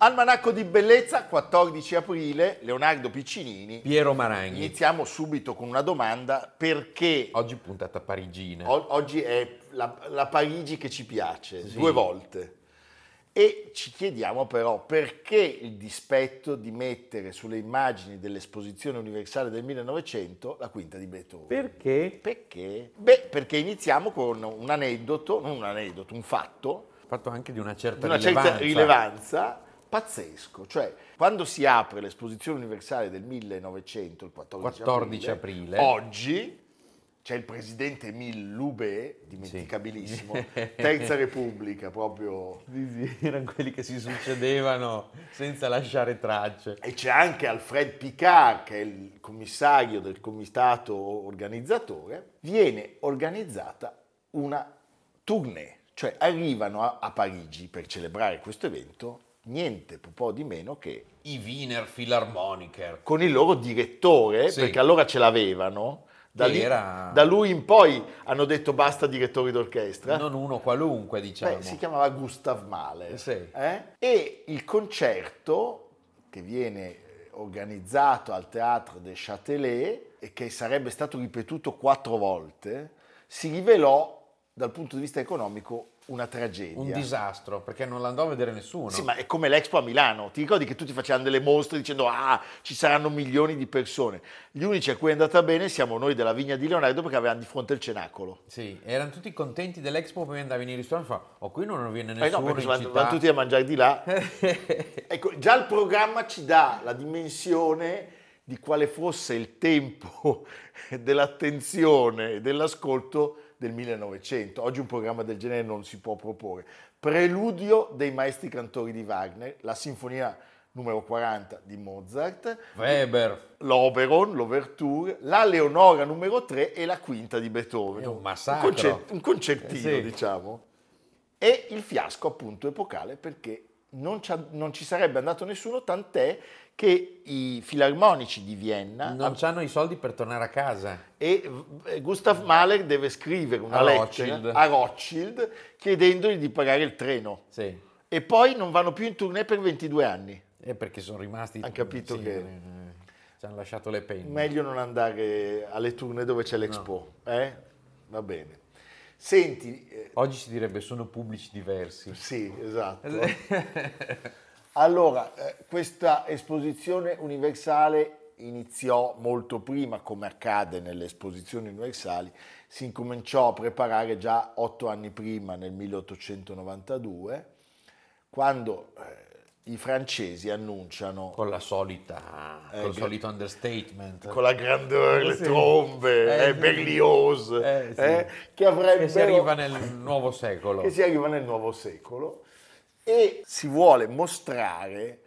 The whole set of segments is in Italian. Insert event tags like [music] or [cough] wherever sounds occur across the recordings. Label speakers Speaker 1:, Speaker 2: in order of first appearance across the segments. Speaker 1: Almanacco di Bellezza, 14 aprile, Leonardo Piccinini.
Speaker 2: Piero Maranghi,
Speaker 1: Iniziamo subito con una domanda, perché
Speaker 2: oggi puntata parigina.
Speaker 1: o- oggi è la, la Parigi che ci piace, due volte. E ci chiediamo però perché il dispetto di mettere sulle immagini dell'esposizione universale del 1900 la quinta di Beethoven.
Speaker 2: Perché?
Speaker 1: Perché? Beh, perché iniziamo con un aneddoto, non un aneddoto, un fatto
Speaker 2: Fatto anche di una certa
Speaker 1: di una certa rilevanza pazzesco. Cioè, quando si apre l'esposizione universale del 1900, il 14,
Speaker 2: 14 aprile.
Speaker 1: oggi c'è il presidente Emile Loubet, dimenticabilissimo, Terza Repubblica proprio. [laughs]
Speaker 2: Erano quelli che si succedevano senza lasciare tracce.
Speaker 1: E c'è anche Alfred Picard, che è il commissario del comitato organizzatore, viene organizzata una tournée, cioè arrivano a, a Parigi per celebrare questo evento niente po' di meno che
Speaker 2: I Wiener Philharmoniker.
Speaker 1: con il loro direttore,
Speaker 2: Sì.
Speaker 1: perché allora ce l'avevano, da,
Speaker 2: Che
Speaker 1: lì-
Speaker 2: era-
Speaker 1: da lui in poi hanno detto basta direttori d'orchestra.
Speaker 2: Non uno qualunque, diciamo.
Speaker 1: Eh? Beh, si chiamava Gustav Mahler.
Speaker 2: Sì.
Speaker 1: eh? E il concerto che viene eh, organizzato al Teatro de Châtelet e che sarebbe stato ripetuto quattro volte, si rivelò dal punto di vista economico una tragedia.
Speaker 2: Un disastro, perché non l'andò a vedere nessuno.
Speaker 1: Sì, ma è come l'Expo a Milano. Ti ricordi che tutti facevano delle mostre dicendo ah, ci saranno milioni di persone. Gli unici a cui è andata bene siamo noi della Vigna di Leonardo perché avevamo di fronte il cenacolo.
Speaker 2: Sì, erano tutti contenti dell'Expo, poi andavi nei ristoranti e fa, oh qui non viene
Speaker 1: Eh no,
Speaker 2: nessuno
Speaker 1: perché
Speaker 2: in
Speaker 1: vanno,
Speaker 2: città."
Speaker 1: vanno tutti a mangiare di là. [laughs] Ecco, già il programma ci dà la dimensione di quale fosse il tempo [laughs] dell'attenzione e dell'ascolto del 1900. Oggi un programma del genere non si può proporre. Preludio dei maestri cantori di Wagner, la sinfonia numero 40 di Mozart,
Speaker 2: [laughs] Weber,
Speaker 1: l'Oberon, l'Overture, la Leonora numero 3 e la quinta di Beethoven.
Speaker 2: È un massacro.
Speaker 1: Un, un concertino,
Speaker 2: Eh sì.
Speaker 1: diciamo. E il fiasco appunto epocale perché non, c'ha- non ci sarebbe andato nessuno, tant'è che i filarmonici di Vienna
Speaker 2: non hanno Ah, i soldi per tornare a casa.
Speaker 1: e eh, Gustav Mahler deve scrivere una
Speaker 2: A
Speaker 1: lettera
Speaker 2: Rothschild.
Speaker 1: a Rothschild chiedendogli di pagare il treno.
Speaker 2: Sì,
Speaker 1: E poi non vanno più in tournée per 22 anni.
Speaker 2: è perché sono rimasti...
Speaker 1: Han capito
Speaker 2: sì,
Speaker 1: che-
Speaker 2: eh, Ci hanno lasciato le penne.
Speaker 1: Meglio non andare alle tournée dove c'è l'Expo, eh? Va bene. Senti, eh,
Speaker 2: Oggi si direbbe sono pubblici diversi.
Speaker 1: sì, esatto. Allora, eh, questa esposizione universale iniziò molto prima, come accade nelle esposizioni universali, si incominciò a preparare già otto anni prima, nel 1892, quando eh, i francesi annunciano
Speaker 2: Con la solita...
Speaker 1: Eh,
Speaker 2: col
Speaker 1: gra-
Speaker 2: solito understatement.
Speaker 1: con la grandeur, le
Speaker 2: Eh. Sì.
Speaker 1: trombe,
Speaker 2: Eh,
Speaker 1: eh,
Speaker 2: sì.
Speaker 1: Berlioz,
Speaker 2: Eh, sì.
Speaker 1: eh, che avrebbero...
Speaker 2: Che si arriva nel nuovo secolo.
Speaker 1: che si arriva nel nuovo secolo e si vuole mostrare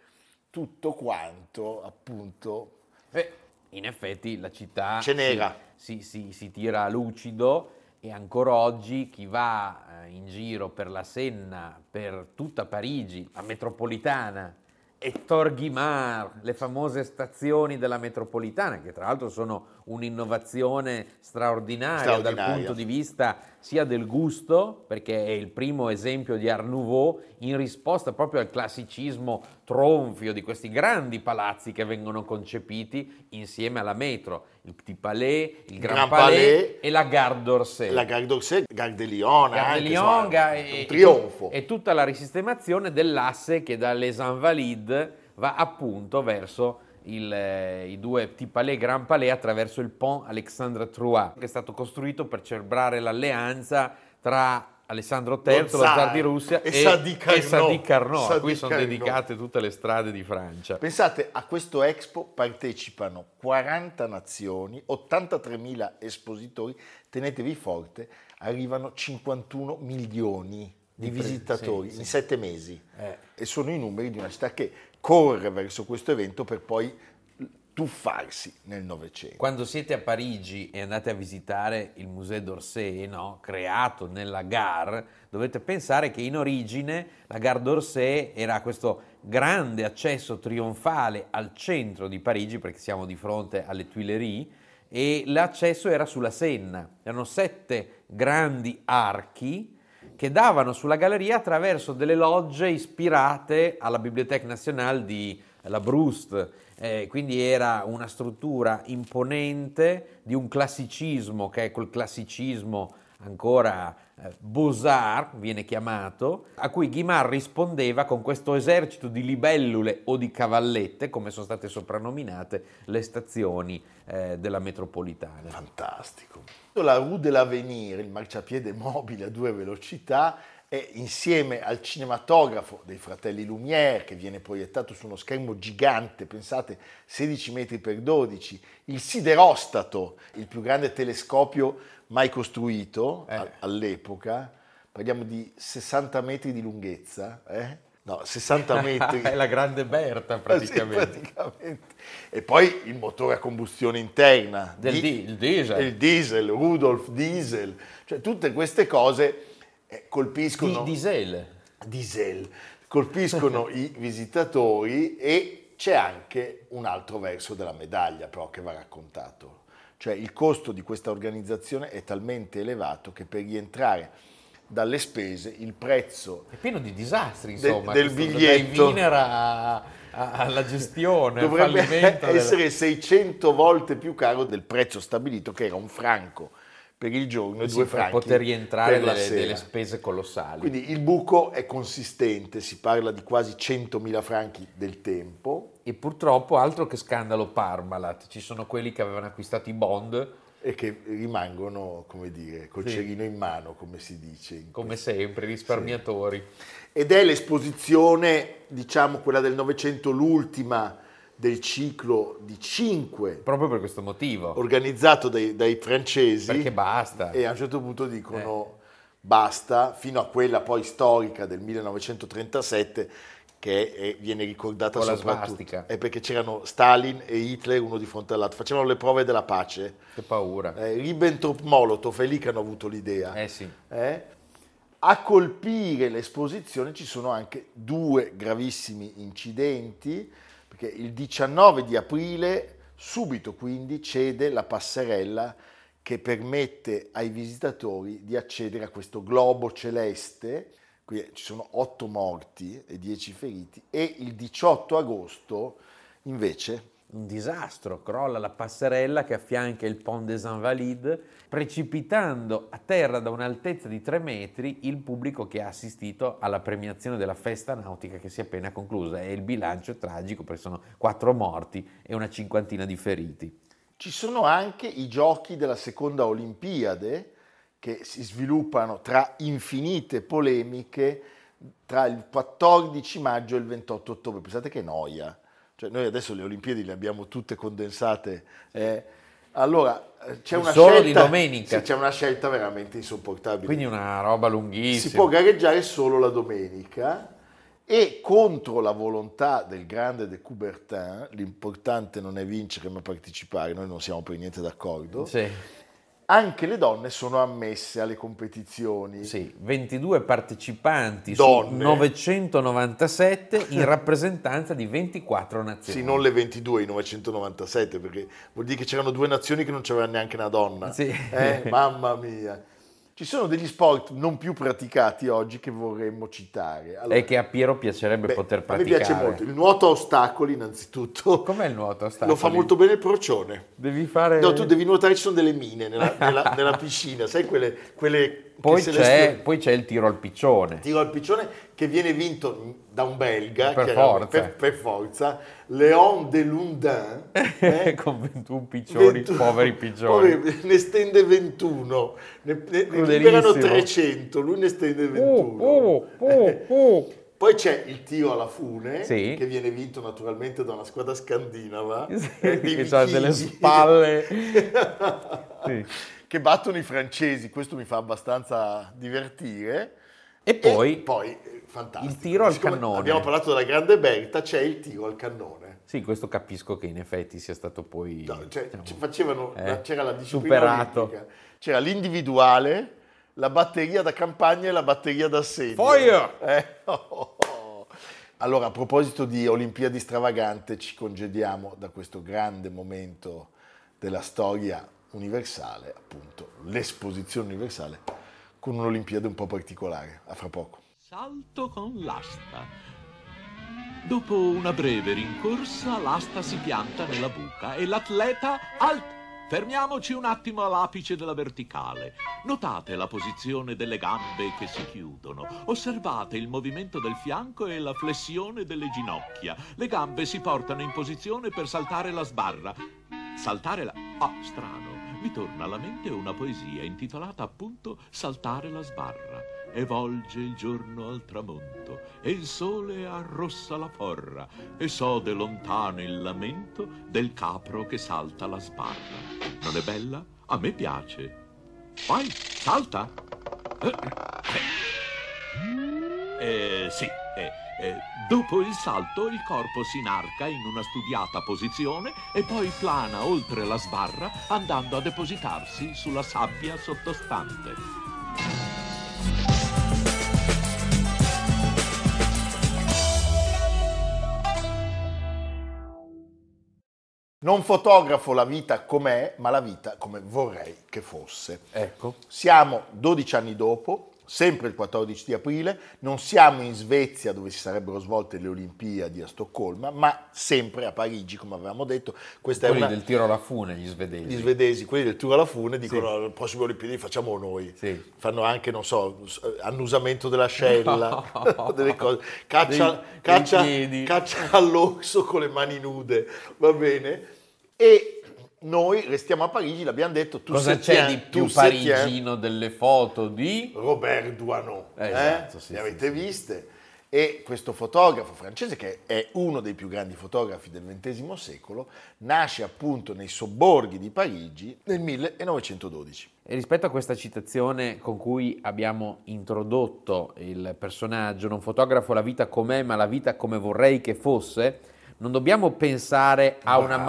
Speaker 1: tutto quanto appunto
Speaker 2: Beh, Eh, in effetti la città
Speaker 1: Ce n'era.
Speaker 2: Si, si- si- si tira a lucido e ancora oggi chi va eh, in giro per la Senna, per tutta Parigi, la metropolitana e Torghimar, le famose stazioni della metropolitana, che tra l'altro sono un'innovazione straordinaria,
Speaker 1: Straordinaria.
Speaker 2: dal punto di vista sia del gusto, perché è il primo esempio di Art Nouveau in risposta proprio al classicismo tronfio di questi grandi palazzi che vengono concepiti insieme alla metro, il Petit Palais, il Grand,
Speaker 1: Grand
Speaker 2: Palais,
Speaker 1: Palais
Speaker 2: e la Gare d'Orsay.
Speaker 1: La Gare d'Orsay, Gare de Lyon,
Speaker 2: Gare
Speaker 1: anche,
Speaker 2: de
Speaker 1: insomma,
Speaker 2: Lyon, Gare-
Speaker 1: è un
Speaker 2: e-
Speaker 1: trionfo.
Speaker 2: E tutta la risistemazione dell'asse che da Les Invalides va appunto verso il, eh, i due Petit Palais e Grand Palais attraverso il Pont Alexandre Trois, che è stato costruito per celebrare l'alleanza tra Alessandro III, lo
Speaker 1: Lo zar
Speaker 2: zar di Russia,
Speaker 1: e Sadi Carnot.
Speaker 2: Sadi Carnot, a
Speaker 1: Sadi
Speaker 2: cui sono
Speaker 1: Carnot.
Speaker 2: dedicate tutte le strade di Francia.
Speaker 1: Pensate, a questo Expo partecipano 40 nazioni, 83.000 espositori, tenetevi forte, arrivano 51 milioni di
Speaker 2: Di pre-
Speaker 1: visitatori
Speaker 2: sì,
Speaker 1: in
Speaker 2: sì.
Speaker 1: sette mesi.
Speaker 2: Eh.
Speaker 1: E sono i numeri di una città che corre verso questo evento per poi tuffarsi nel Novecento.
Speaker 2: Quando siete a Parigi e andate a visitare il Musée d'Orsay, no? creato nella gare, dovete pensare che in origine la gare d'Orsay era questo grande accesso trionfale al centro di Parigi, perché siamo di fronte alle Tuileries, e l'accesso era sulla Senna. Erano sette grandi archi che davano sulla galleria attraverso delle logge ispirate alla Bibliothèque Nationale di La Brust. Eh, quindi era una struttura imponente di un classicismo che è quel classicismo ancora eh, Beaux-Arts viene chiamato, a cui Guimard rispondeva con questo esercito di libellule o di cavallette, come sono state soprannominate le stazioni eh, della metropolitana.
Speaker 1: Fantastico. La Rue dell'Avenir, il marciapiede mobile a due velocità, è insieme al cinematografo dei fratelli Lumière, che viene proiettato su uno schermo gigante, pensate 16 metri per 12, il siderostato, il più grande telescopio mai costruito
Speaker 2: Eh.
Speaker 1: a- all'epoca, parliamo di 60 metri di lunghezza, eh? no, 60
Speaker 2: [laughs]
Speaker 1: metri.
Speaker 2: È la grande Berta
Speaker 1: Eh Sì,
Speaker 2: Eh, praticamente.
Speaker 1: praticamente. E poi il motore a combustione interna.
Speaker 2: Del di- il diesel.
Speaker 1: Il diesel, Rudolf Diesel. Cioè tutte queste cose eh,
Speaker 2: Di
Speaker 1: colpiscono...
Speaker 2: diesel.
Speaker 1: diesel.
Speaker 2: [laughs]
Speaker 1: Colpiscono i visitatori e c'è anche un altro verso della medaglia però che va raccontato. Cioè il costo di questa organizzazione è talmente elevato che per rientrare dalle spese il prezzo
Speaker 2: È pieno di disastri,
Speaker 1: Del-
Speaker 2: insomma.
Speaker 1: del
Speaker 2: questo-
Speaker 1: biglietto.
Speaker 2: Dai Wiener a- a- alla gestione, al
Speaker 1: dovrebbe
Speaker 2: fallimento.
Speaker 1: [laughs]
Speaker 2: della-
Speaker 1: essere 600 volte più caro del prezzo stabilito che era un franco per il giorno e
Speaker 2: Sì,
Speaker 1: due
Speaker 2: per
Speaker 1: franchi
Speaker 2: poter rientrare
Speaker 1: per la
Speaker 2: delle,
Speaker 1: sera.
Speaker 2: delle spese colossali.
Speaker 1: Quindi il buco è consistente, si parla di quasi 100.000 franchi del tempo
Speaker 2: E purtroppo, altro che scandalo Parmalat, ci sono quelli che avevano acquistato i bond,
Speaker 1: e che rimangono, come dire, col
Speaker 2: Sì.
Speaker 1: cerino in mano, come si dice. in
Speaker 2: come sempre, risparmiatori.
Speaker 1: ed è l'esposizione, diciamo, quella del Novecento, l'ultima del ciclo di cinque
Speaker 2: Proprio per questo motivo.
Speaker 1: organizzato dai, dai francesi.
Speaker 2: Perché basta.
Speaker 1: e a un certo punto dicono basta, fino a quella poi storica del 1937 che è- viene ricordata
Speaker 2: Con la
Speaker 1: soprattutto
Speaker 2: svastica.
Speaker 1: è perché c'erano Stalin e Hitler uno di fronte all'altro, facevano le prove della pace.
Speaker 2: Che paura.
Speaker 1: Eh, Ribbentrop-Molotov è lì che hanno avuto l'idea.
Speaker 2: Eh sì.
Speaker 1: Eh? A colpire l'esposizione ci sono anche due gravissimi incidenti, perché il 19 di aprile subito quindi cede la passerella che permette ai visitatori di accedere a questo globo celeste, qui ci sono 8 morti e 10 feriti, e il 18 agosto invece
Speaker 2: un disastro, crolla la passerella che affianca il Pont des Invalides, precipitando a terra da un'altezza di 3 metri il pubblico che ha assistito alla premiazione della festa nautica che si è appena conclusa e il bilancio è tragico perché sono 4 morti e una cinquantina di feriti.
Speaker 1: Ci sono anche i giochi della seconda Olimpiade che si sviluppano tra infinite polemiche tra il 14 maggio e il 28 ottobre. Pensate che noia. Cioè, noi adesso le Olimpiadi le abbiamo tutte condensate. eh. Allora, eh, c'è una
Speaker 2: Solo di
Speaker 1: scelta...
Speaker 2: domenica.
Speaker 1: Sì, c'è una scelta veramente insopportabile.
Speaker 2: Quindi una roba
Speaker 1: si può
Speaker 2: lunghissima.
Speaker 1: gareggiare solo la domenica e contro la volontà del grande De Coubertin, l'importante non è vincere ma partecipare, noi non siamo per niente d'accordo,
Speaker 2: Sì.
Speaker 1: anche le donne sono ammesse alle competizioni.
Speaker 2: Sì, 22 partecipanti su
Speaker 1: Donne.
Speaker 2: 997
Speaker 1: [laughs]
Speaker 2: in rappresentanza di 24 nazioni.
Speaker 1: Sì, non le 22, i 997, perché vuol dire che c'erano due nazioni che non c'aveva neanche una donna.
Speaker 2: Sì.
Speaker 1: Eh, mamma mia. Ci sono degli sport non più praticati oggi che vorremmo citare. Allora,
Speaker 2: E che a Piero piacerebbe
Speaker 1: beh,
Speaker 2: poter
Speaker 1: a me
Speaker 2: praticare.
Speaker 1: piace molto. Il nuoto a ostacoli, innanzitutto.
Speaker 2: Com'è il nuoto?
Speaker 1: Lo
Speaker 2: a ostacoli?
Speaker 1: fa molto bene il procione.
Speaker 2: Devi fare...
Speaker 1: No, tu devi nuotare, ci sono delle mine
Speaker 2: [laughs]
Speaker 1: nella, nella- nella piscina, sai quelle, quelle
Speaker 2: Poi,
Speaker 1: che se le
Speaker 2: c'è,
Speaker 1: sfio-
Speaker 2: poi c'è il tiro al piccione.
Speaker 1: tiro al piccione che viene vinto da un belga
Speaker 2: Per
Speaker 1: che
Speaker 2: forza.
Speaker 1: per, per forza Léon de
Speaker 2: [laughs]
Speaker 1: Lundin eh,
Speaker 2: Con 21 piccioni,
Speaker 1: 21 [laughs]
Speaker 2: poveri piccioni.
Speaker 1: poveri- ne stende 21 ne, ne, ne
Speaker 2: Crudelissimo. Uh,
Speaker 1: liberano 300 lui ne stende 21
Speaker 2: Oh, oh, oh,
Speaker 1: [laughs]
Speaker 2: oh.
Speaker 1: poi c'è il tiro alla fune
Speaker 2: Sì.
Speaker 1: che viene vinto naturalmente da una squadra scandinava
Speaker 2: [laughs] Sì,
Speaker 1: eh, di
Speaker 2: che ha delle
Speaker 1: vichinghi. [laughs]
Speaker 2: spalle. Sì.
Speaker 1: che battono i francesi, questo mi fa abbastanza divertire.
Speaker 2: E poi,
Speaker 1: poi eh, fantastico.
Speaker 2: il tiro al
Speaker 1: Siccome
Speaker 2: cannone.
Speaker 1: Abbiamo parlato della grande Berta, c'è il tiro al cannone.
Speaker 2: sì, questo capisco che in effetti sia stato poi...
Speaker 1: No, cioè,
Speaker 2: diciamo,
Speaker 1: ci facevano-
Speaker 2: eh,
Speaker 1: c'era la disciplina
Speaker 2: superato.
Speaker 1: olimpica. C'era l'individuale, la batteria da campagna e la batteria da sedia.
Speaker 2: Fire!
Speaker 1: Eh, [laughs] oh, oh, oh. Allora, a proposito di Olimpiadi stravagante, ci congediamo da questo grande momento della storia universale, appunto, l'esposizione universale, con un'Olimpiade un po' particolare. A fra poco.
Speaker 3: Salto con l'asta. Dopo una breve rincorsa, l'asta si pianta nella buca e l'atleta alt. Fermiamoci un attimo all'apice della verticale. Notate la posizione delle gambe che si chiudono. Osservate il movimento del fianco e la flessione delle ginocchia. Le gambe si portano in posizione per saltare la sbarra. Saltare la... Ah, strano. Mi torna alla mente una poesia intitolata appunto Saltare la sbarra. E volge il giorno al tramonto, e il sole arrossa la forra, e sode lontano il lamento del capro che salta la sbarra. Non è bella? A me piace. Vai, salta! Eh, eh, sì, eh, eh, dopo il salto il corpo si inarca in una studiata posizione e poi plana oltre la sbarra andando a depositarsi sulla sabbia sottostante.
Speaker 1: Non fotografo la vita com'è, ma la vita come vorrei che fosse.
Speaker 2: Ecco.
Speaker 1: Siamo 12 anni dopo, sempre il 14 di aprile, non siamo in Svezia dove si sarebbero svolte le Olimpiadi a Stoccolma, ma sempre a Parigi, come avevamo detto. Questa
Speaker 2: Quelli
Speaker 1: è una...
Speaker 2: del tiro alla fune, gli svedesi.
Speaker 1: Gli svedesi, quelli del tour alla fune, dicono alle prossime Olimpiadi facciamo noi.
Speaker 2: Sì.
Speaker 1: Fanno anche, non so, s- eh, annusamento dell'ascella,
Speaker 2: No.
Speaker 1: [laughs] delle cose. Caccia,
Speaker 2: Dei-
Speaker 1: caccia,
Speaker 2: dei piedi.
Speaker 1: caccia all'orso con le mani nude, va bene? E noi restiamo a Parigi, l'abbiamo detto, tu
Speaker 2: Cosa
Speaker 1: se
Speaker 2: c'è
Speaker 1: tien-
Speaker 2: di
Speaker 1: tu
Speaker 2: più
Speaker 1: se tien-
Speaker 2: parigino delle foto di...
Speaker 1: Robert Duano,
Speaker 2: Eh,
Speaker 1: eh,
Speaker 2: esatto, sì,
Speaker 1: le
Speaker 2: sì,
Speaker 1: avete viste? E questo fotografo francese, che è uno dei più grandi fotografi del XX secolo, nasce appunto nei sobborghi di Parigi nel 1912.
Speaker 2: E rispetto a questa citazione con cui abbiamo introdotto il personaggio, non fotografo la vita com'è, ma la vita come vorrei che fosse, non dobbiamo pensare a una
Speaker 1: Bravo.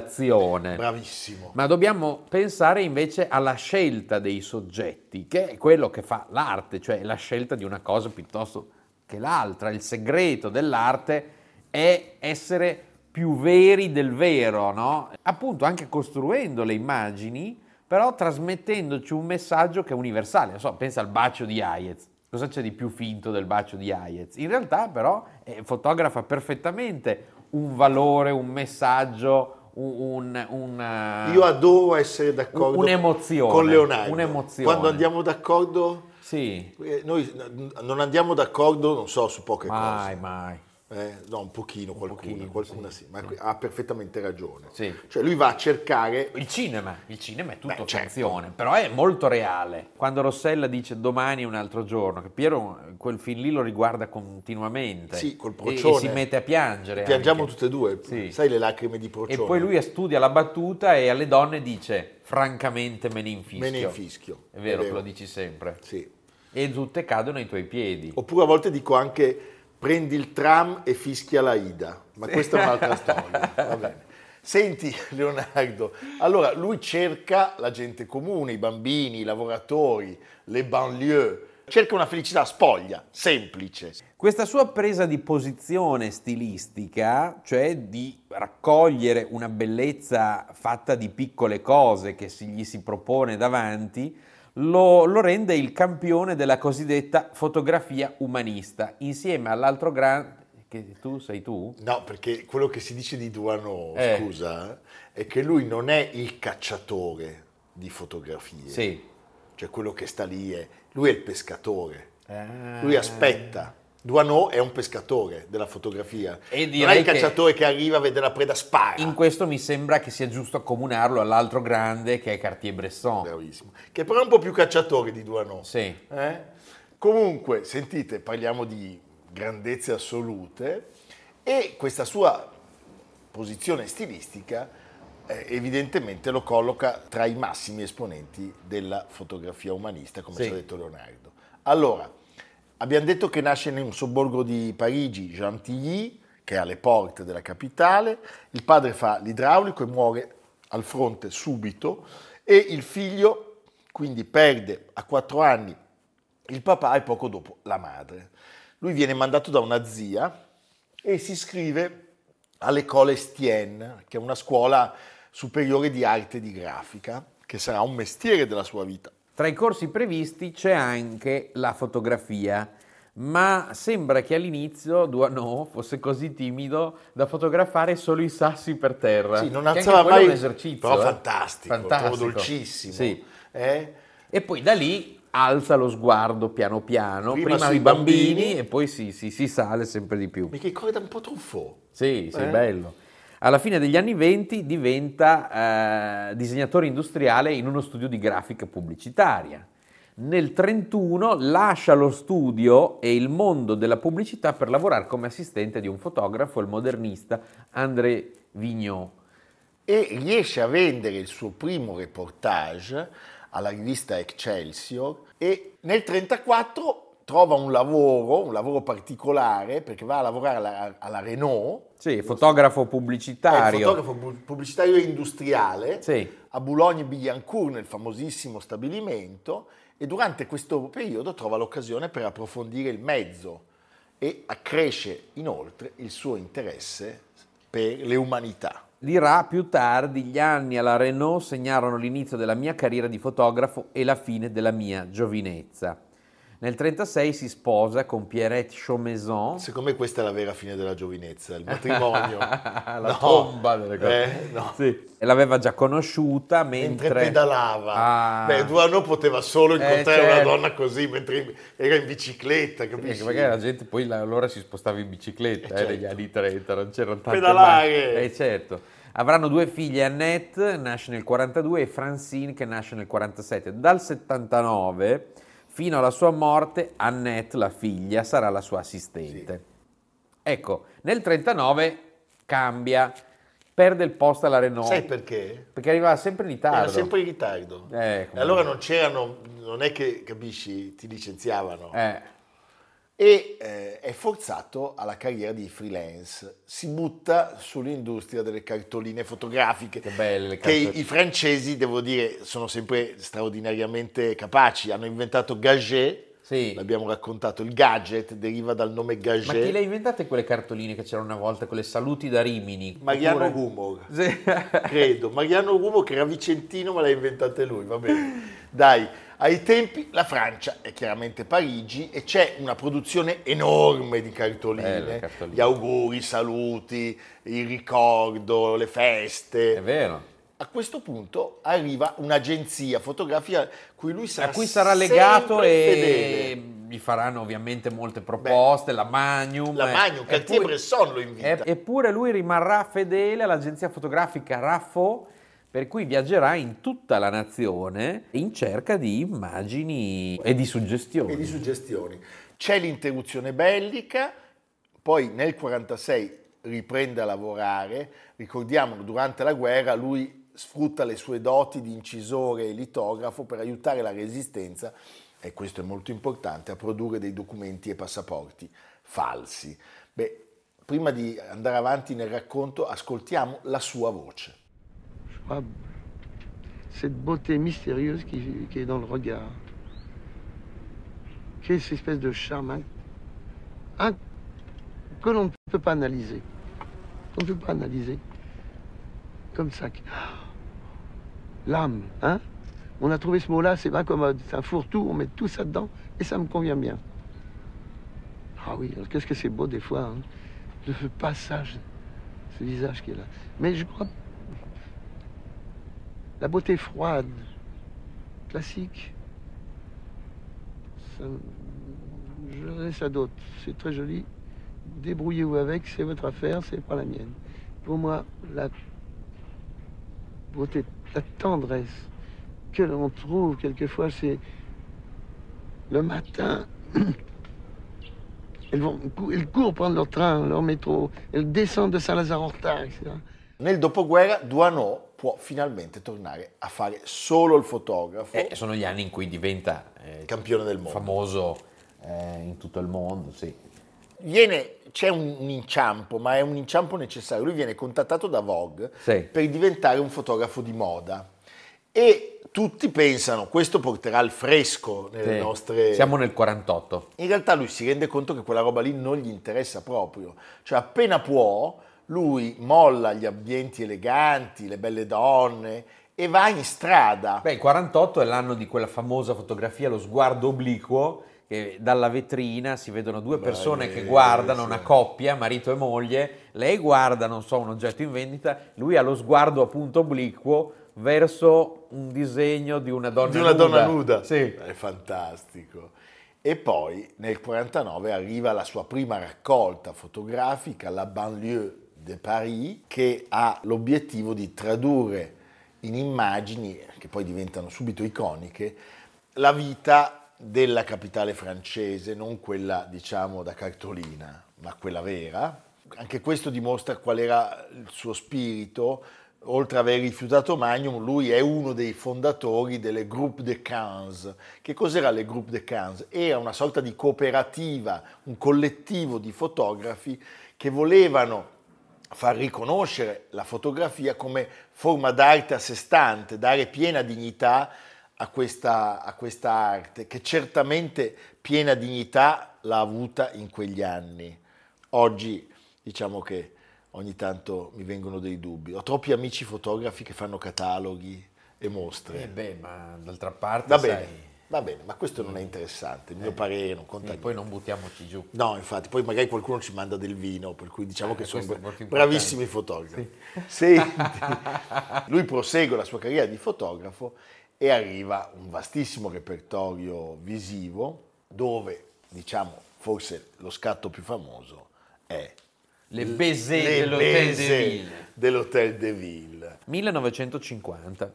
Speaker 2: manipolazione.
Speaker 1: Bravissimo.
Speaker 2: Ma dobbiamo pensare invece alla scelta dei soggetti, che è quello che fa l'arte, cioè la scelta di una cosa piuttosto che l'altra. Il segreto dell'arte è essere più veri del vero, no? Appunto, anche costruendo le immagini, però trasmettendoci un messaggio che è universale. Non so, pensa al bacio di Hayez. Cosa c'è di più finto del bacio di Hayez? In realtà, però, eh, fotografa perfettamente un valore, un messaggio, un. un- un, eh,
Speaker 1: Io adoro essere d'accordo
Speaker 2: Un'emozione,
Speaker 1: con Leonardo.
Speaker 2: un'emozione.
Speaker 1: Quando andiamo d'accordo,
Speaker 2: Sì,
Speaker 1: eh, noi n- non andiamo d'accordo, non so, su poche
Speaker 2: mai,
Speaker 1: cose.
Speaker 2: mai.
Speaker 1: Eh, no, un pochino, qualcuna,
Speaker 2: pochino,
Speaker 1: qualcuna sì, ma ha perfettamente ragione.
Speaker 2: Sì.
Speaker 1: Cioè lui va a cercare
Speaker 2: Il cinema, il cinema è tutto
Speaker 1: Beh, certo.
Speaker 2: finzione, però è molto reale. Quando Rossella dice domani è un altro giorno, che Piero quel film lì lo riguarda continuamente.
Speaker 1: Sì, col
Speaker 2: E-
Speaker 1: procione.
Speaker 2: E, si mette a piangere.
Speaker 1: Piangiamo
Speaker 2: anche.
Speaker 1: tutte e due,
Speaker 2: Sì.
Speaker 1: sai le lacrime di
Speaker 2: E
Speaker 1: Procione.
Speaker 2: poi lui studia la battuta e alle donne dice francamente me ne infischio.
Speaker 1: Me ne infischio.
Speaker 2: È vero, che lo dici sempre.
Speaker 1: Sì.
Speaker 2: E tutte cadono ai tuoi piedi.
Speaker 1: Oppure a volte dico
Speaker 2: [laughs]
Speaker 1: anche prendi il tram e fischia la Ida, ma questa è un'altra storia. Va bene. Senti Leonardo, allora lui cerca la gente comune, i bambini, i lavoratori, le banlieue, cerca una felicità spoglia, semplice.
Speaker 2: Questa sua presa di posizione stilistica, cioè di raccogliere una bellezza fatta di piccole cose che si- gli si propone davanti, lo, lo rende il campione della cosiddetta fotografia umanista, insieme all'altro gran... che tu sei tu?
Speaker 1: No, perché quello che si dice di Duano,
Speaker 2: Eh.
Speaker 1: scusa, è che lui non è il cacciatore di fotografie,
Speaker 2: Sì.
Speaker 1: cioè quello che sta lì, è, lui è il pescatore,
Speaker 2: Eh.
Speaker 1: lui aspetta. Duano è un pescatore della fotografia,
Speaker 2: E
Speaker 1: non è
Speaker 2: direi
Speaker 1: il
Speaker 2: che-
Speaker 1: cacciatore che, arriva, vede la preda, spara.
Speaker 2: In questo mi sembra che sia giusto accomunarlo all'altro grande che è Cartier-Bresson.
Speaker 1: Bravissimo. Che però è un po' più cacciatore di Duano.
Speaker 2: Sì.
Speaker 1: Eh? Comunque, sentite, parliamo di grandezze assolute e questa sua posizione stilistica eh, evidentemente lo colloca tra i massimi esponenti della fotografia umanista, come
Speaker 2: Sì.
Speaker 1: ci ha detto Leonardo. Allora, abbiamo detto che nasce in un sobborgo di Parigi, Gentilly, che è alle porte della capitale, il padre fa l'idraulico e muore al fronte subito e il figlio quindi perde a quattro anni il papà e poco dopo la madre. Lui viene mandato da una zia e si iscrive all'École Estienne, che è una scuola superiore di arte e di grafica, che sarà un mestiere della sua vita.
Speaker 2: Tra i corsi previsti c'è anche la fotografia, ma sembra che all'inizio Duano fosse così timido da fotografare solo i sassi per terra.
Speaker 1: Sì, non
Speaker 2: Che anche
Speaker 1: alzava
Speaker 2: quello
Speaker 1: mai,
Speaker 2: è un esercizio.
Speaker 1: eh? però
Speaker 2: eh.
Speaker 1: fantastico, lo trovo
Speaker 2: Fantastico.
Speaker 1: dolcissimo.
Speaker 2: Sì.
Speaker 1: eh?
Speaker 2: E poi da lì alza lo sguardo piano piano,
Speaker 1: Prima
Speaker 2: prima,
Speaker 1: sui
Speaker 2: i bambini,
Speaker 1: bambini.
Speaker 2: e poi si, si- si sale sempre di più.
Speaker 1: Mi ricorda un po' Truffaut.
Speaker 2: Sì, sì,
Speaker 1: Eh?
Speaker 2: bello. Alla fine degli anni 20 diventa eh, disegnatore industriale in uno studio di grafica pubblicitaria. Nel 31 lascia lo studio e il mondo della pubblicità per lavorare come assistente di un fotografo, il modernista André Vignon.
Speaker 1: e riesce a vendere il suo primo reportage alla rivista Excelsior e nel 1934 trova un lavoro, un lavoro particolare perché va a lavorare alla, alla Renault,
Speaker 2: Sì, fotografo
Speaker 1: è Eh, il
Speaker 2: pubblicitario.
Speaker 1: fotografo bu- pubblicitario e industriale
Speaker 2: Sì.
Speaker 1: a Boulogne-Billancourt nel famosissimo stabilimento e durante questo periodo trova l'occasione per approfondire il mezzo e accresce inoltre il suo interesse per le umanità.
Speaker 2: Dirà più tardi gli anni alla Renault segnarono l'inizio della mia carriera di fotografo e la fine della mia giovinezza. Nel 1936 si sposa con Pierrette Chaumaison.
Speaker 1: Secondo me questa è la vera fine della giovinezza, il matrimonio.
Speaker 2: [laughs] la
Speaker 1: No.
Speaker 2: tomba delle cose.
Speaker 1: Eh, no.
Speaker 2: Sì. E L'aveva già conosciuta mentre,
Speaker 1: Mentre pedalava.
Speaker 2: Ah.
Speaker 1: Beh, Duano poteva solo
Speaker 2: Eh,
Speaker 1: incontrare una
Speaker 2: certo.
Speaker 1: donna così mentre in- era in bicicletta, capisci?
Speaker 2: Perché magari la gente poi la- allora si spostava in bicicletta
Speaker 1: Eh,
Speaker 2: eh, negli
Speaker 1: certo.
Speaker 2: anni 30, non c'erano tante
Speaker 1: Pedalare!
Speaker 2: macchine. Eh, certo. Avranno due figlie, Annette nasce nel 42 e Francine che nasce nel 47. Dal 79 fino alla sua morte Annette, la figlia, sarà la sua assistente. Ecco, nel 39 cambia, perde il posto alla Renault.
Speaker 1: Sai perché?
Speaker 2: Perché arrivava sempre in ritardo.
Speaker 1: Era sempre in ritardo.
Speaker 2: Eh,
Speaker 1: e
Speaker 2: come-
Speaker 1: allora non c'erano, non è che, capisci, ti licenziavano.
Speaker 2: Eh,
Speaker 1: E eh, è forzato alla carriera di freelance. Si butta sull'industria delle cartoline fotografiche.
Speaker 2: che belle le
Speaker 1: che
Speaker 2: carte.
Speaker 1: i, i francesi, devo dire, sono sempre straordinariamente capaci. Hanno inventato Gaget,
Speaker 2: Sì.
Speaker 1: l'abbiamo raccontato, il gadget deriva dal nome
Speaker 2: Ma chi
Speaker 1: Gaget.
Speaker 2: le ha inventate quelle cartoline che c'erano una volta, quelle saluti da Rimini?
Speaker 1: Mariano
Speaker 2: Oppure-
Speaker 1: Gumor,
Speaker 2: [laughs] Sì.
Speaker 1: credo. Mariano Gumor che era vicentino ma l'ha inventate lui, va bene. Dai, ai tempi la Francia è chiaramente Parigi e c'è una produzione enorme di cartoline.
Speaker 2: Belle cartoline.
Speaker 1: Gli auguri, i saluti, il ricordo, le feste.
Speaker 2: È vero.
Speaker 1: A questo punto arriva un'agenzia fotografica cui lui sarà,
Speaker 2: A cui sarà legato
Speaker 1: sempre
Speaker 2: e
Speaker 1: fedele.
Speaker 2: gli faranno ovviamente molte proposte, la Magnum.
Speaker 1: La
Speaker 2: eh.
Speaker 1: Magnum,
Speaker 2: Eppure-
Speaker 1: Cartier-Bresson lo invita.
Speaker 2: eh, Eppure lui rimarrà fedele all'agenzia fotografica Raffo, per cui viaggerà in tutta la nazione in cerca di immagini e di suggestioni.
Speaker 1: e di suggestioni. C'è l'interruzione bellica, poi nel 46 riprende a lavorare, ricordiamo durante la guerra lui sfrutta le sue doti di incisore e litografo per aiutare la resistenza, e questo è molto importante, a produrre dei documenti e passaporti falsi. Beh, prima di andare avanti nel racconto, ascoltiamo la sua voce.
Speaker 4: Je crois cette beauté mystérieuse qui, qui est dans le regard. Qui est cette espèce de charme hein, hein, que l'on ne peut pas analyser. On ne peut pas analyser. Comme ça. ah, L'âme, hein On a trouvé ce mot-là, c'est pas commode. C'est un fourre-tout, on met tout ça dedans et ça me convient bien. Ah oui, alors qu'est-ce que c'est beau des fois, hein, le passage, ce visage qui est là. Mais je crois la beauté froide, classique, ça, je laisse à d'autres. C'est très joli. Débrouillez-vous avec, c'est votre affaire, c'est pas la mienne. Pour moi, la beauté, la tendresse que l'on trouve quelquefois, c'est le matin. Elles, vont, elles courent prendre leur train, leur métro, elles descendent de Saint-Lazare-Horta, etc.
Speaker 1: Nel dopoguerra Duano può finalmente tornare a fare solo il fotografo,
Speaker 2: Eh, sono gli anni in cui diventa eh,
Speaker 1: campione del mondo.
Speaker 2: famoso eh, in tutto il mondo, sì.
Speaker 1: Viene- c'è un, un inciampo, ma è un inciampo necessario. Lui viene contattato da Vogue
Speaker 2: Sì.
Speaker 1: per diventare un fotografo di moda e tutti pensano questo porterà il fresco nelle
Speaker 2: Sì.
Speaker 1: nostre...
Speaker 2: Siamo nel 48.
Speaker 1: In realtà lui si rende conto che quella roba lì non gli interessa proprio, cioè appena può lui molla gli ambienti eleganti, le belle donne e va in strada.
Speaker 2: Beh, il 48 è l'anno di quella famosa fotografia, lo sguardo obliquo, che dalla vetrina si vedono due persone che
Speaker 1: Bellissimo.
Speaker 2: guardano, una coppia, marito e moglie, lei guarda, non so, un oggetto in vendita, lui ha lo sguardo appunto obliquo verso un disegno di una donna
Speaker 1: di una
Speaker 2: nuda.
Speaker 1: donna nuda.
Speaker 2: Sì.
Speaker 1: È fantastico. E poi nel 49 arriva la sua prima raccolta fotografica, La banlieue de Paris, che ha l'obiettivo di tradurre in immagini, che poi diventano subito iconiche, la vita della capitale francese, non quella diciamo da cartolina, ma quella vera. Anche questo dimostra qual era il suo spirito. Oltre ad aver rifiutato Magnum, lui è uno dei fondatori delle Groupe de 15. Che cos'era le Groupe de 15? Era una sorta di cooperativa, un collettivo di fotografi che volevano far riconoscere la fotografia come forma d'arte a sé stante, dare piena dignità a questa, a questa arte, che certamente piena dignità l'ha avuta in quegli anni. Oggi diciamo che ogni tanto mi vengono dei dubbi. Ho troppi amici fotografi che fanno cataloghi e mostre.
Speaker 2: Eh beh, ma d'altra parte,
Speaker 1: va
Speaker 2: sai, Eh,
Speaker 1: bene, va bene, ma questo non è interessante, il mio parere non conta
Speaker 2: sì,
Speaker 1: niente.
Speaker 2: poi non buttiamoci giù.
Speaker 1: No, infatti, poi magari qualcuno ci manda del vino, per cui diciamo che sono
Speaker 2: Eh, questo è
Speaker 1: bra-
Speaker 2: molto importante.
Speaker 1: bravissimi fotografi.
Speaker 2: [laughs]
Speaker 1: Senti, lui prosegue la sua carriera di fotografo e arriva un vastissimo repertorio visivo dove, diciamo, forse lo scatto più famoso è
Speaker 2: Le baisers
Speaker 1: le
Speaker 2: dell'Hotel
Speaker 1: mese
Speaker 2: de Ville.
Speaker 1: dell'Hotel de Ville.
Speaker 2: 1950,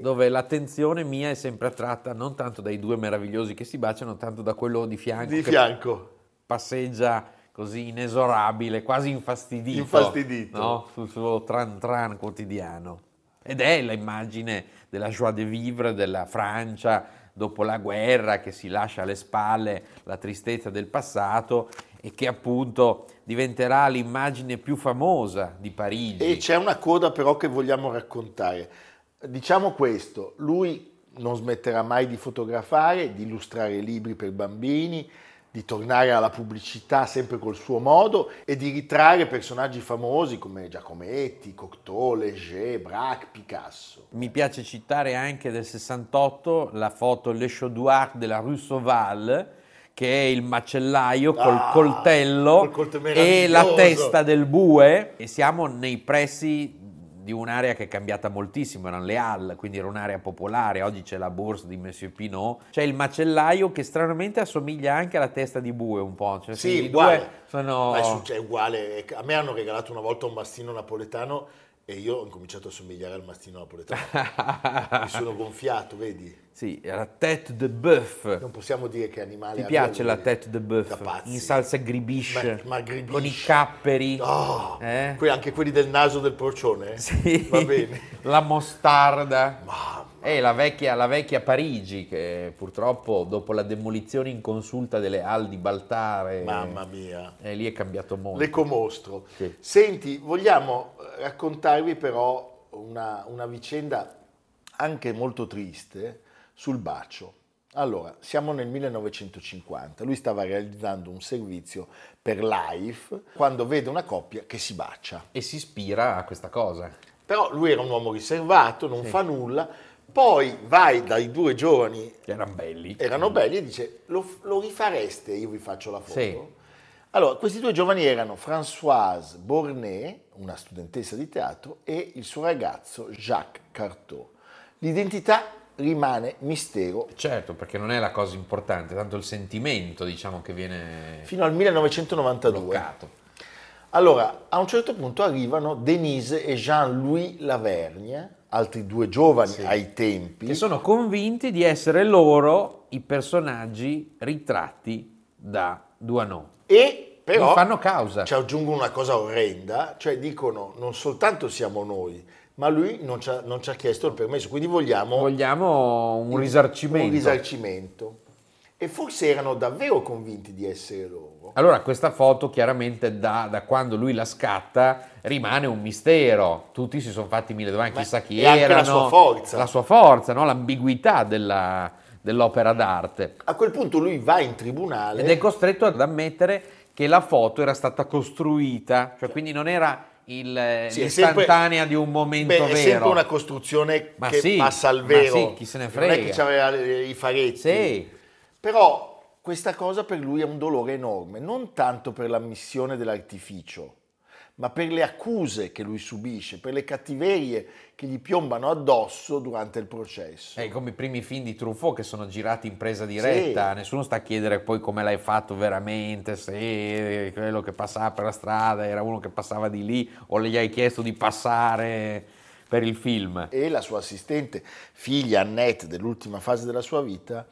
Speaker 2: dove l'attenzione mia è sempre attratta non tanto dai due meravigliosi che si baciano, tanto da quello di fianco
Speaker 1: Di
Speaker 2: che
Speaker 1: fianco.
Speaker 2: passeggia così inesorabile, quasi infastidito,
Speaker 1: Infastidito.
Speaker 2: no? sul suo tran tran quotidiano. Ed è l'immagine della joie de vivre della Francia dopo la guerra che si lascia alle spalle la tristezza del passato e che appunto diventerà l'immagine più famosa di Parigi.
Speaker 1: E c'è una coda però che vogliamo raccontare. Diciamo questo, lui non smetterà mai di fotografare, di illustrare libri per bambini, di tornare alla pubblicità sempre col suo modo e di ritrarre personaggi famosi come Giacometti, Cocteau, Léger, Braque, Picasso.
Speaker 2: Mi piace citare anche del 68 la foto Le Chaudoir della Rue Sauval, che è il macellaio col
Speaker 1: Ah,
Speaker 2: coltello
Speaker 1: col coltello
Speaker 2: e la
Speaker 1: meraviglioso.
Speaker 2: testa del bue e siamo nei pressi di un'area che è cambiata moltissimo, erano le Halles, quindi era un'area popolare, oggi c'è la borsa di Monsieur Pinot, c'è il macellaio che stranamente assomiglia anche alla testa di bue un po', cioè se i due sono...
Speaker 1: Ma è, succe- è uguale. A me hanno regalato una volta un mastino napoletano e io ho incominciato a somigliare al mastino
Speaker 2: [laughs]
Speaker 1: napoletano. Mi sono gonfiato, vedi?
Speaker 2: sì, era tête de bœuf.
Speaker 1: Non possiamo dire che animale
Speaker 2: Ti
Speaker 1: abbia
Speaker 2: piace la
Speaker 1: lui.
Speaker 2: tête de
Speaker 1: Da
Speaker 2: bœuf
Speaker 1: pazzi.
Speaker 2: in salsa gribiche,
Speaker 1: Ma- ma gribiche.
Speaker 2: con i capperi,
Speaker 1: Oh,
Speaker 2: eh? [laughs]
Speaker 1: que- anche quelli del naso del porcione? eh?
Speaker 2: [laughs] Sì.
Speaker 1: Va bene.
Speaker 2: la mostarda,
Speaker 1: Mamma
Speaker 2: Eh, la vecchia, la vecchia Parigi, che purtroppo dopo la demolizione inconsulta delle Aldi Baltare,
Speaker 1: Mamma mia.
Speaker 2: eh, lì è cambiato molto.
Speaker 1: L'ecomostro.
Speaker 2: Sì.
Speaker 1: Senti, vogliamo eh, raccontarvi però una, una vicenda anche molto triste sul bacio. Allora, siamo nel 1950, lui stava realizzando un servizio per Life quando vede una coppia che si bacia.
Speaker 2: E si ispira a questa cosa.
Speaker 1: Però lui era un uomo riservato, non fa nulla, poi vai dai due giovani
Speaker 2: Erano belli.
Speaker 1: erano belli e dice lo, lo rifareste, io vi faccio la foto.
Speaker 2: Sì.
Speaker 1: Allora, questi due giovani erano Françoise Bornet, una studentessa di teatro, e il suo ragazzo Jacques Carteau. L'identità rimane mistero
Speaker 2: Certo, perché non è la cosa importante, tanto il sentimento, diciamo, che viene
Speaker 1: fino al 1992.
Speaker 2: bloccato.
Speaker 1: Allora, a un certo punto arrivano Denise e Jean-Louis Lavergne, altri due giovani ai tempi.
Speaker 2: Che sono convinti di essere loro i personaggi ritratti da Duano.
Speaker 1: E però
Speaker 2: Non fanno causa.
Speaker 1: ci aggiungono una cosa orrenda, cioè dicono non soltanto siamo noi, ma lui non ci ha, non ci ha chiesto il permesso, quindi vogliamo
Speaker 2: Vogliamo un risarcimento.
Speaker 1: Oh, un risarcimento. E forse erano davvero convinti di essere loro.
Speaker 2: Allora, questa foto chiaramente da, da quando lui la scatta rimane un mistero. Tutti si sono fatti mille domande,
Speaker 1: Ma-
Speaker 2: chissà chi
Speaker 1: e anche
Speaker 2: erano.
Speaker 1: la sua forza.
Speaker 2: La sua forza, no? l'ambiguità della- dell'opera d'arte.
Speaker 1: A quel punto lui va in tribunale.
Speaker 2: Ed è costretto ad ammettere che la foto era stata costruita, cioè quindi non era il, eh,
Speaker 1: Sì, è sempre-
Speaker 2: l'istantanea di un momento
Speaker 1: Beh,
Speaker 2: vero.
Speaker 1: è sempre una costruzione
Speaker 2: Ma
Speaker 1: che
Speaker 2: sì,
Speaker 1: passa al
Speaker 2: ma
Speaker 1: vero.
Speaker 2: sì, chi se ne
Speaker 1: Non è
Speaker 2: frega.
Speaker 1: che c'aveva le- i faretti.
Speaker 2: Sì.
Speaker 1: Però questa cosa per lui è un dolore enorme, non tanto per l'ammissione dell'artificio, ma per le accuse che lui subisce, per le cattiverie che gli piombano addosso durante il processo.
Speaker 2: È come i primi film di Truffaut che sono girati in presa diretta,
Speaker 1: Sì.
Speaker 2: nessuno sta a chiedere poi come l'hai fatto veramente, se quello che passava per la strada era uno che passava di lì o gli hai chiesto di passare per il film.
Speaker 1: E la sua assistente, figlia Annette dell'ultima fase della sua vita,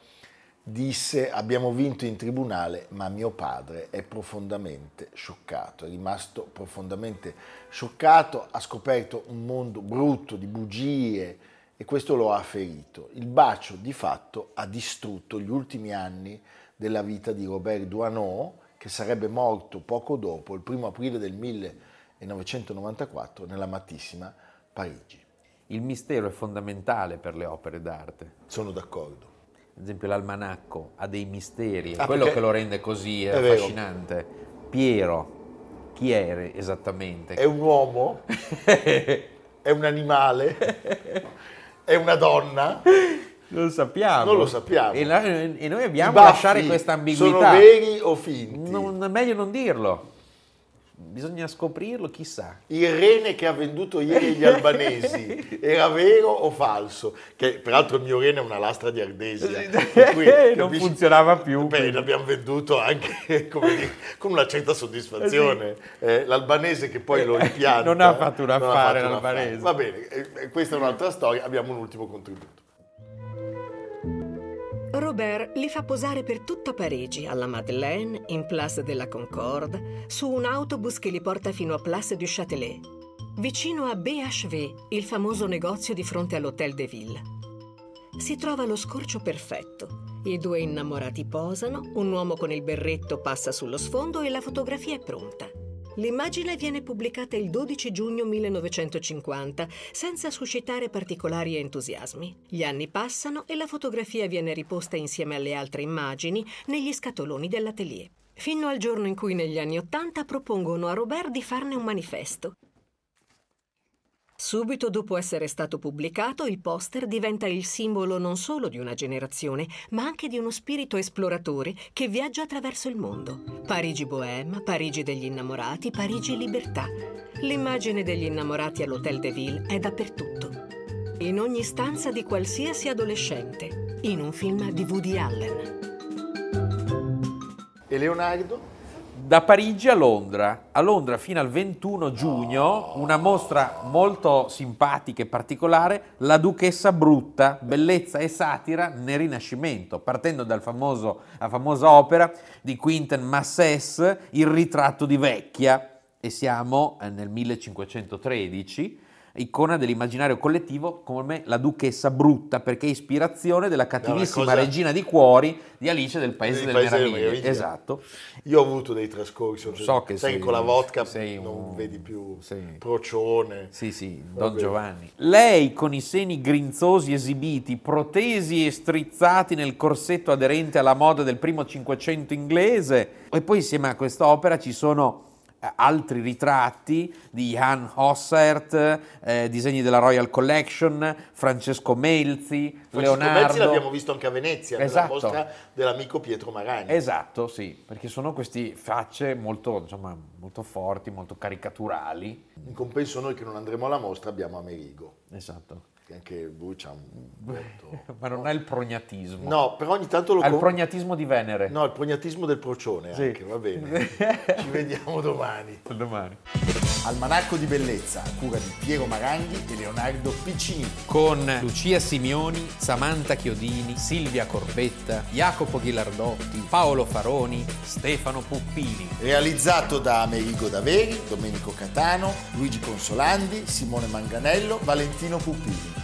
Speaker 1: disse abbiamo vinto in tribunale, ma mio padre è profondamente scioccato, è rimasto profondamente scioccato, ha scoperto un mondo brutto di bugie e questo lo ha ferito. Il bacio di fatto ha distrutto gli ultimi anni della vita di Robert Duaneau, che sarebbe morto poco dopo, il primo aprile del 1994, nella mattissima Parigi.
Speaker 2: Il mistero è fondamentale per le opere d'arte.
Speaker 1: Sono d'accordo.
Speaker 2: Ad esempio l'almanacco ha dei misteri, è
Speaker 1: Ah,
Speaker 2: quello
Speaker 1: perché-
Speaker 2: che lo rende così
Speaker 1: È vero.
Speaker 2: affascinante. Piero, chi era esattamente?
Speaker 1: È un
Speaker 2: [laughs]
Speaker 1: uomo, è un animale, è una donna.
Speaker 2: Non lo sappiamo.
Speaker 1: Non lo sappiamo.
Speaker 2: E, la- e noi
Speaker 1: I
Speaker 2: abbiamo
Speaker 1: baffi
Speaker 2: a lasciare questa ambiguità.
Speaker 1: Sono veri o finti?
Speaker 2: Non- meglio non dirlo. Bisogna scoprirlo, chissà.
Speaker 1: Il rene che ha venduto ieri agli albanesi
Speaker 2: [laughs]
Speaker 1: era vero o falso? Che peraltro il mio rene è una lastra di ardesia.
Speaker 2: [laughs]
Speaker 1: per cui,
Speaker 2: Eh, non
Speaker 1: capisci?
Speaker 2: funzionava più.
Speaker 1: Beh, l'abbiamo venduto anche [laughs] come dire, con una certa soddisfazione. Eh, l'albanese che poi lo ripianta.
Speaker 2: Eh, Non ha fatto un
Speaker 1: non ha
Speaker 2: affare
Speaker 1: fatto un
Speaker 2: l'albanese.
Speaker 1: affare. Va bene, eh, questa è un'altra storia, abbiamo un ultimo contributo.
Speaker 5: Robert li fa posare per tutta Parigi, alla Madeleine, in Place de la Concorde, su un autobus che li porta fino a Place du Châtelet, vicino a BHV, il famoso negozio di fronte all'Hôtel de Ville. Si trova lo scorcio perfetto. I due innamorati posano, un uomo con il berretto passa sullo sfondo e la fotografia è pronta. L'immagine viene pubblicata il 12 giugno 1950 senza suscitare particolari entusiasmi. Gli anni passano e la fotografia viene riposta insieme alle altre immagini negli scatoloni dell'atelier. Fino al giorno in cui negli anni Ottanta propongono a Robert di farne un manifesto. Subito dopo essere stato pubblicato, il poster diventa il simbolo non solo di una generazione, ma anche di uno spirito esploratore che viaggia attraverso il mondo. Parigi Bohème, Parigi degli innamorati, Parigi Libertà. L'immagine degli innamorati all'Hôtel de Ville è dappertutto. In ogni stanza di qualsiasi adolescente. In un film di Woody Allen.
Speaker 1: E Leonardo?
Speaker 2: Da Parigi a Londra, a Londra fino al 21 giugno, una mostra molto simpatica e particolare, La Duchessa Brutta, bellezza e satira nel Rinascimento, partendo dalla famosa opera di Quinten Massès, Il ritratto di Vecchia, e siamo eh, nel 1513, icona dell'immaginario collettivo come la duchessa brutta, perché è ispirazione della cattivissima
Speaker 1: cosa-
Speaker 2: regina di cuori di Alice del Paese
Speaker 1: Del
Speaker 2: delle
Speaker 1: Paese delle
Speaker 2: Meraviglie.
Speaker 1: Meraviglie.
Speaker 2: Esatto.
Speaker 1: Io ho avuto dei trascorsi,
Speaker 2: Lo so che
Speaker 1: sai,
Speaker 2: sei-
Speaker 1: con la vodka
Speaker 2: sei un-
Speaker 1: non vedi più
Speaker 2: sei-
Speaker 1: procione.
Speaker 2: Sì, sì, Don
Speaker 1: Vabbè.
Speaker 2: Giovanni. Lei con i seni grinzosi esibiti, protesi e strizzati nel corsetto aderente alla moda del primo Cinquecento inglese. E poi insieme a quest'opera ci sono eh, altri ritratti di Jan Hossert, eh, disegni della Royal Collection, Francesco Melzi,
Speaker 1: Francesco
Speaker 2: Leonardo.
Speaker 1: Mezzi l'abbiamo visto anche a Venezia, nella
Speaker 2: Esatto.
Speaker 1: mostra dell'amico Pietro Maragni.
Speaker 2: Esatto, sì, perché sono queste facce molto, insomma, molto forti, molto caricaturali.
Speaker 1: In compenso noi che non andremo alla mostra abbiamo Amerigo,
Speaker 2: Esatto.
Speaker 1: che anche lui c'ha un
Speaker 2: [laughs]
Speaker 1: volto-
Speaker 2: Ma non è il prognatismo.
Speaker 1: No, però ogni tanto lo...
Speaker 2: Al
Speaker 1: com-
Speaker 2: prognatismo di Venere.
Speaker 1: No, il prognatismo del procione
Speaker 2: Sì.
Speaker 1: anche, va bene. Ci vediamo domani.
Speaker 2: Domani.
Speaker 6: Almanacco di bellezza, a cura di Piero Maranghi e Leonardo Piccini.
Speaker 2: Con Lucia Simioni, Samantha Chiodini, Silvia Corbetta, Jacopo Ghilardotti, Paolo Faroni, Stefano Puppini.
Speaker 6: Realizzato da Amerigo Daveri, Domenico Catano, Luigi Consolandi, Simone Manganello, Valentino Pupini.